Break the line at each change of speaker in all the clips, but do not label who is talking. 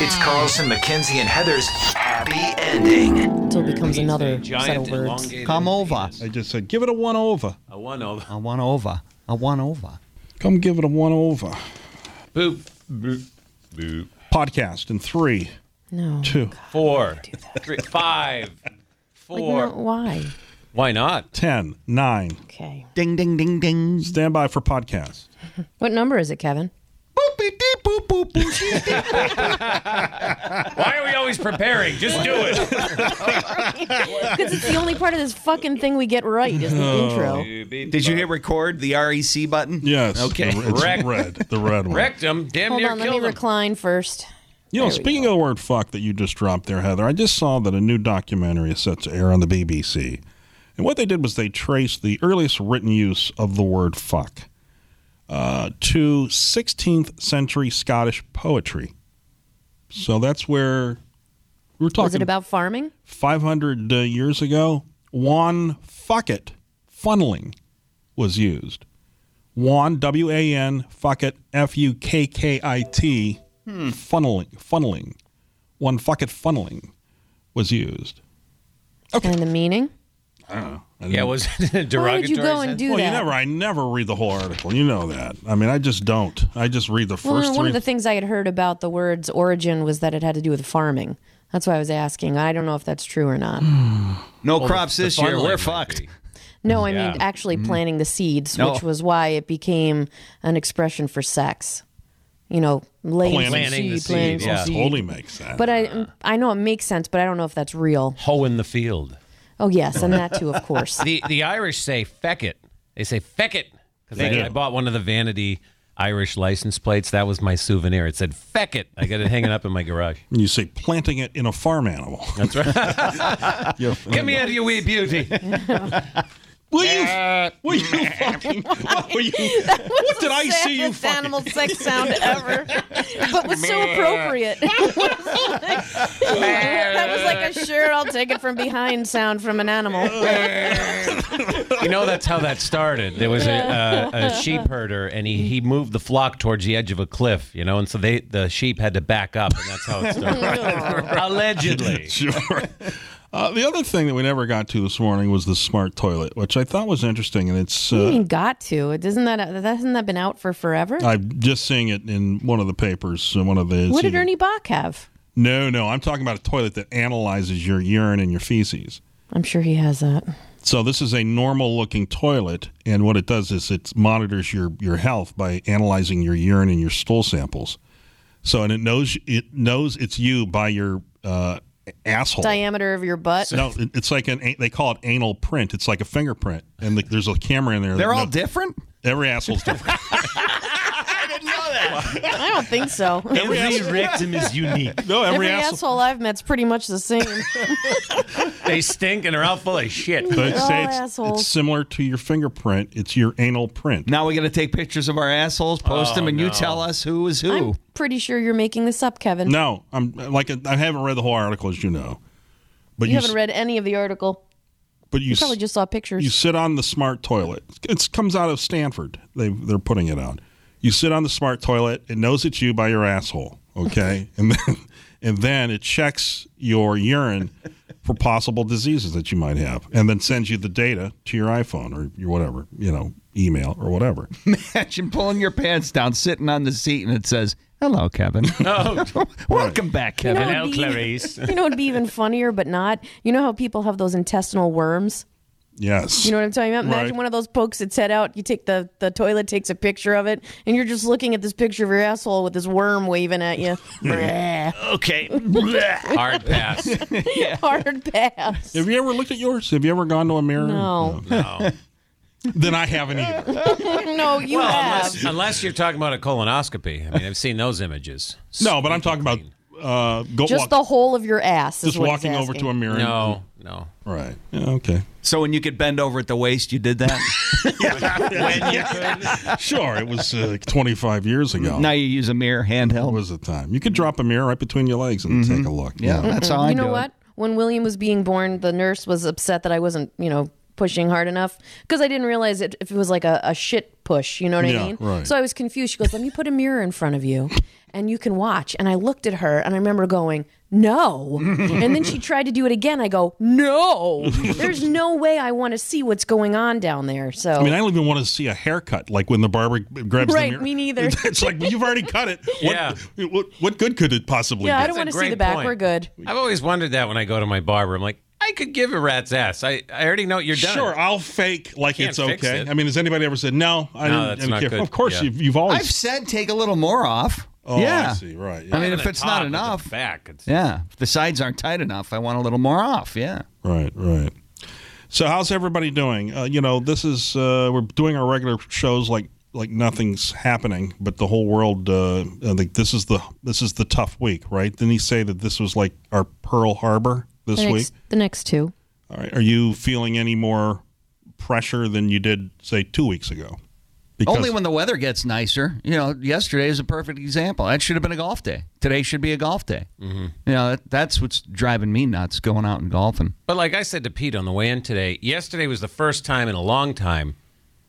It's Carlson, McKenzie, and Heather's happy ending.
until it becomes another set
Giant
of words.
elongated.
Come over. I
penis.
just said, give it a one over.
A one over.
A one over. A one over.
Come give it a one over.
Boop. Boop. Boop.
Podcast in three,
No.
two,
Four. Three, five.
Like,
Four.
no, why?
Why not?
ten, nine.
Okay.
Ding, ding, ding, ding.
Stand by for podcast.
What number is it, Kevin?
Boopy dee boop boop boop. dee, dee.
Why are we always preparing? Just do it.
Because it's the only part of this fucking thing we get right is the intro.
Did you hit record the REC button?
Yes.
Okay.
The, it's
Wrecked.
red. The red one.
Wrecked him. Damn
Hold
near
on, let me
killed him.
recline first.
You know, speaking of the word fuck that you just dropped there, Heather, I just saw that a new documentary is set to air on the BBC. And what they did was they traced the earliest written use of the word fuck uh, to 16th century Scottish poetry. So that's where we were talking
Was it about farming?
500 uh, years ago. Wan fuck it, funneling was used. Wan, W A N, fuck it, F U K K I T, funneling, funneling. One fuck it funneling was used.
And the meaning?
Yeah, was it a derogatory?
Why would you go
sense?
and do
Well,
that?
you never, I never read the whole article. You know that. I mean, I just don't. I just read the
Well,
first
one
three.
of the things I had heard about the word's origin was that it had to do with farming. That's why I was asking. I don't know if that's true or not.
No crops
The
this year.
funneling
We're
might
fucked.
be.
No, I
Yeah.
mean actually planting the seeds,
No.
which was why it became an expression for sex. You know, laying some
Planting the
seed,
seed,
planting some
yeah.
seed.
totally makes sense.
But I, um, I know it makes sense, but I don't know if that's real.
Hoe in the field.
Oh yes, and that too, of course.
the the Irish say feck it. They say feck it because
do.
I, I bought one of the vanity Irish license plates. That was my souvenir. It said feck it. I got it hanging up in my garage.
you say planting it in a farm animal. That's right.
Get me out of your wee beauty.
Will you? Will you fucking? Will you? What did I see you
Saddest
fucking?
animal sex sound ever, but was so appropriate. that was like a sure, I'll take it from behind sound from an animal.
You know that's how that started. There was a, a, a sheep herder, and he, he moved the flock towards the edge of a cliff. You know, and so they the sheep had to back up, and that's how it started. Allegedly,
Sure. Uh, the other thing that we never got to this morning was the smart toilet, which I thought was interesting, and it's.
I
Uh,
mean, got to. It Doesn't that that hasn't that been out for forever?
I'm just seeing it in one of the papers, in one of the.
what did Ernie Bach have?
No, no, I'm talking about a toilet that analyzes your urine and your feces.
I'm sure he has that.
So this is a normal-looking toilet, and what it does is it monitors your your health by analyzing your urine and your stool samples. So and it knows it knows it's you by your uh, asshole.
Diameter of your butt.
No, it- it's like an a- they call it anal print. It's like a fingerprint, and like, there's a camera in there. that
They're all
knows-
different.
Every asshole's different.
I don't think so.
Every rectum is unique.
no,
Every,
every,
asshole.
asshole.
I've met's pretty much the same.
they stink and are all full of shit.
They
They're all
say it's-
assholes.
it's similar to your fingerprint. It's your anal print.
Now we got to take pictures of our assholes, post them, and you tell us who is who.
I'm pretty sure you're making this up, Kevin.
No, I'm like I haven't read the whole article, as you know. But
you,
you,
haven't
s-
read any of the article.
But you,
You probably
s-
just saw pictures.
you sit on the smart toilet. It comes out of Stanford. They they're putting it out. You sit on the smart toilet. It knows it's you by your asshole. Okay, and then and then it checks your urine for possible diseases that you might have, and then sends you the data to your iPhone or your whatever you know email or whatever.
Imagine pulling your pants down, sitting on the seat, and it says, "Hello, Kevin. Welcome back, Kevin."
know,
Hello,
the-
Clarice.
you know, it'd be even funnier, but not. You know how people have those intestinal worms?
Yes,
You know what I'm talking about? Imagine
Right.
one of those pokes its head out. You take the, the toilet, takes a picture of it, and you're just looking at this picture of your asshole with this worm waving at you. Bleh.
Okay, hard pass.
Hard pass.
Have you ever looked at yours? Have you ever gone to a mirror?
No.
No.
then I haven't either.
No, you
Well,
have.
unless, unless you're talking about a colonoscopy. I mean, I've seen those images.
No, but I'm talking about uh, go
Just
walk,
the whole of your ass. Is
just
what
walking over to a mirror.
No, Oh, no.
and- right. Yeah, okay.
So when you could bend over at the waist, you did that.
Sure, it was uh, 25 years ago.
Now you use a mirror, handheld.
was the time. You could drop a mirror right between your legs and take a look.
Mm-hmm. yeah, that's how I
You know
do
what? When William was being born, the nurse was upset that I wasn't, you know, pushing hard enough because I didn't realize it, if it was like a, a shit push. You know what
Yeah,
I mean?
right.
So I was confused. She goes, "Let me put a mirror in front of you, and you can watch." And I looked at her, and I remember going, "No." and then she tried to do it again. I go, "No." There's no way I want to see what's going on down there. So
I mean, I don't even want to see a haircut, like when the barber g- grabs the
Right,
mirror.
me neither.
it's like well, you've already cut it. What,
Yeah.
What, what good could it possibly?
yeah, I
do?
don't want to see
great
the back.
point.
We're good.
I've always wondered that when I go to my barber. I'm like, I could give a rat's ass. I, I already know what you're done.
Sure, I'll fake like
Can't
it's
fix
okay.
it.
I mean, has anybody ever said no?
No,
I didn't,
that's
I didn't
not
care.
good.
Of course,
Yeah.
you've, you've always.
I've said take a little more off.
oh,
yeah.
I see. Right.
I
Yeah.
mean,
Even
if
the
it's not
top and the
enough,
back. It's,
yeah. If the sides aren't tight enough, I want a little more off. Yeah.
Right. Right. So how's everybody doing? Uh, you know, this is uh, we're doing our regular shows like like nothing's happening, but the whole world. Uh, uh, like this is the this is the tough week, right? Didn't he say that this was like our Pearl Harbor this
The
week?
next, the next two.
All right. Are you feeling any more pressure than you did, say, two weeks ago? Because
Only when the weather gets nicer. You know, yesterday is a perfect example. That should have been a golf day. Today should be a golf day. Mm-hmm. You know, that, that's what's driving me nuts going out and golfing.
But like I said to Pete on the way in today, yesterday was the first time in a long time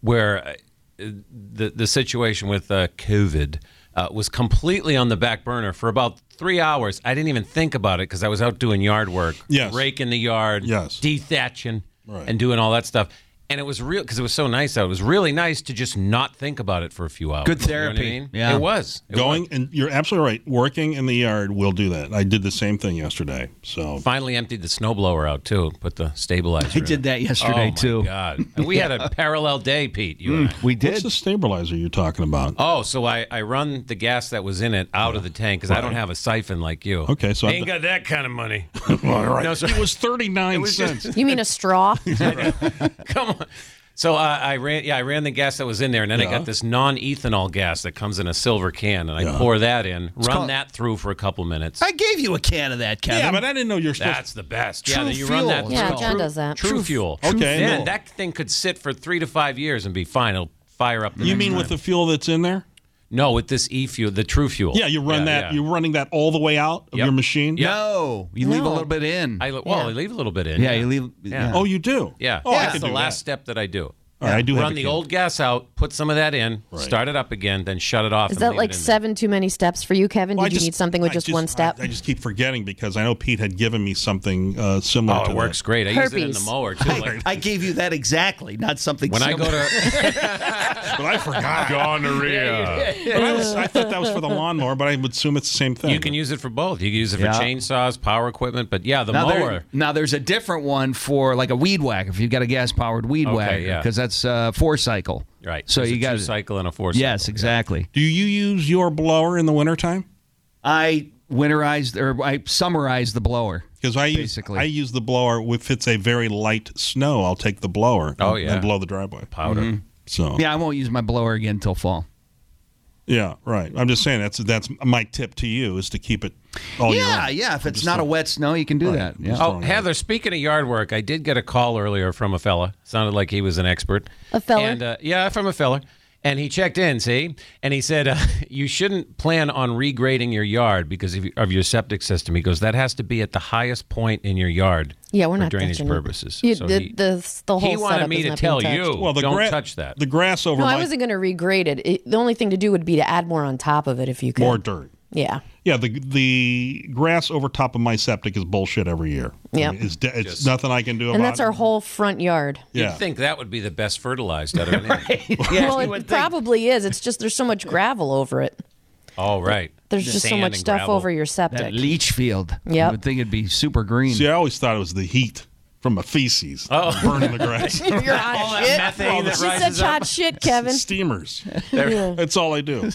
where uh, the the situation with uh, COVID uh, was completely on the back burner for about three hours. I didn't even think about it because I was out doing yard work,
Yes.
raking the yard,
Yes.
dethatching,
Right.
and doing all that stuff. And it was real because it was so nice out. It was really nice to just not think about it for a few hours.
Good
You know what I
therapy.
mean?
Yeah.
it was It
going,
was.
and you're absolutely right, working in the yard will do that. I did the same thing yesterday. So,
Finally emptied the snowblower out too. Put the stabilizer.
I
in.
did that yesterday,
oh my
too.
God, And we had a parallel day, Pete. You and I.
We
what's
did.
the stabilizer you're talking about?
Oh, so I, I run the gas that was in it out of the tank because I don't have a siphon like you.
Okay, so
I
I'm-
ain't got that kind of money.
All right.
No, so-
it was 39 cents.
You mean a straw?
Come on. So uh, I I ran yeah I ran the gas that was in there and then I got this non ethanol gas that comes in a silver can and I pour that in run
called-
that through for a couple minutes.
I gave you a can of that, Kevin.
yeah, but I didn't know you're supposed
That's the best. yeah,
True
then you run that.
fuel.
through.
Yeah,
It's
John
true-
does that.
True,
True-
fuel.
true Okay,
man,
fuel.
that thing could sit for three to five years and be fine. It'll fire up. The
You
next
mean
time.
with the fuel that's in there?
no with this e fuel the true fuel?
Yeah, you run that.
yeah.
You're running that all the way out of
Yep.
your machine.
Yep.
No, you leave a little bit in.
I, well, I leave a little bit in.
yeah, you leave.
Yeah.
Oh, you do.
Yeah.
Oh, I
that's
could
the
do
last
that.
step that I do.
All right, I do have
Run
a
the
can.
old gas out, put some of that in, start it up again, then shut it off.
Is
and
that
leave
like
it in
seven too many steps for you, Kevin? Did
Well, I
you need something with
I
just, one step?
I, I just keep forgetting because I know Pete had given me something uh,
there.
similar.
Oh,
to
it
that.
works great. I use it in the
Herpes.
mower too.
I,
Like,
I gave you that exactly, not something
when I go
similar.
to
but I forgot.
gonorrhea,
But I, was, I thought that was for the lawnmower, but I would assume it's the same thing.
you can use it for both. You can use it for
Yeah.
chainsaws, power equipment, but yeah, the
Now, there-
mower.
now there's a different one for like a weed whacker. If you've got a gas powered weed
Okay,
whacker,
yeah.
because that's uh, four cycle.
Right.
So
There's
you
a
got
two cycle and a four.
Yes,
cycle.
exactly.
Do you use your blower in the wintertime?
I winterized or I summarized the blower.
Because I use
Basically.
I use the blower if it's a very light snow. I'll take the blower.
Oh,
and,
yeah.
and blow the driveway.
Powder.
So yeah.
Yeah, I won't use my blower again till fall.
right. I'm just saying that's that's my tip to you is to keep it all year.
yeah,
round.
yeah. If it's not a wet snow, you can do that. Yeah.
Oh, Heather, speaking of yard work, I did get a call earlier from a fella. Sounded like he was an expert.
A fella?
And, uh, yeah, from a fella. And he checked in, see? And he said, uh, You shouldn't plan on regrading your yard because of, of your septic system. He goes, That has to be at the highest point in your yard
Yeah, we're
for
not
drainage
touching it.
purposes.
You-
So
the-
he,
the- the
he
whole
wanted
setup
me
is
to
not
tell
being
you,
touched.
Well, the
don't
gra-
touch that.
The grass over
No, I
my
wasn't going to regrade it. it. The only thing to do would be to add more on top of it if you could.
more dirt.
Yeah.
Yeah, the the grass over top of my septic is bullshit every year.
Yeah.
I mean, it's, de- it's nothing I can do about
And that's
it.
our whole front yard.
You'd
Yeah,
think that would be the best fertilized out of anything.
well, it probably is. It's just there's so much gravel over it.
All Oh, right.
There's just so
Sand
much
and
stuff
gravel.
over your septic.
That leach field.
Yep.
You would think it'd be super green.
see, I always thought it was the heat from a feces
Oh.
burning the grass.
You're hot
All that
shit.
methane that
You're
rises
such
up.
hot shit, Kevin.
Steamers. That's all I do.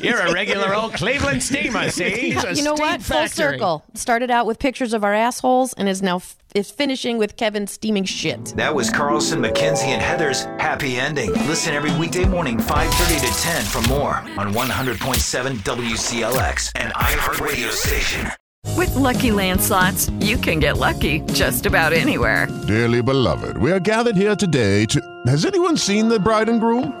You're a regular old Cleveland steamer, see?
you know what? Full circle. Started out with pictures of our assholes and is now f- is finishing with Kevin steaming shit.
That was Carlson, McKenzie, and Heather's Happy Ending. Listen every weekday morning, 5.30 to 10 for more on 100.7 WCLX and iHeartRadio station.
With Lucky Land slots, you can get lucky just about anywhere.
Dearly beloved, we are gathered here today to. Has anyone seen the bride and groom?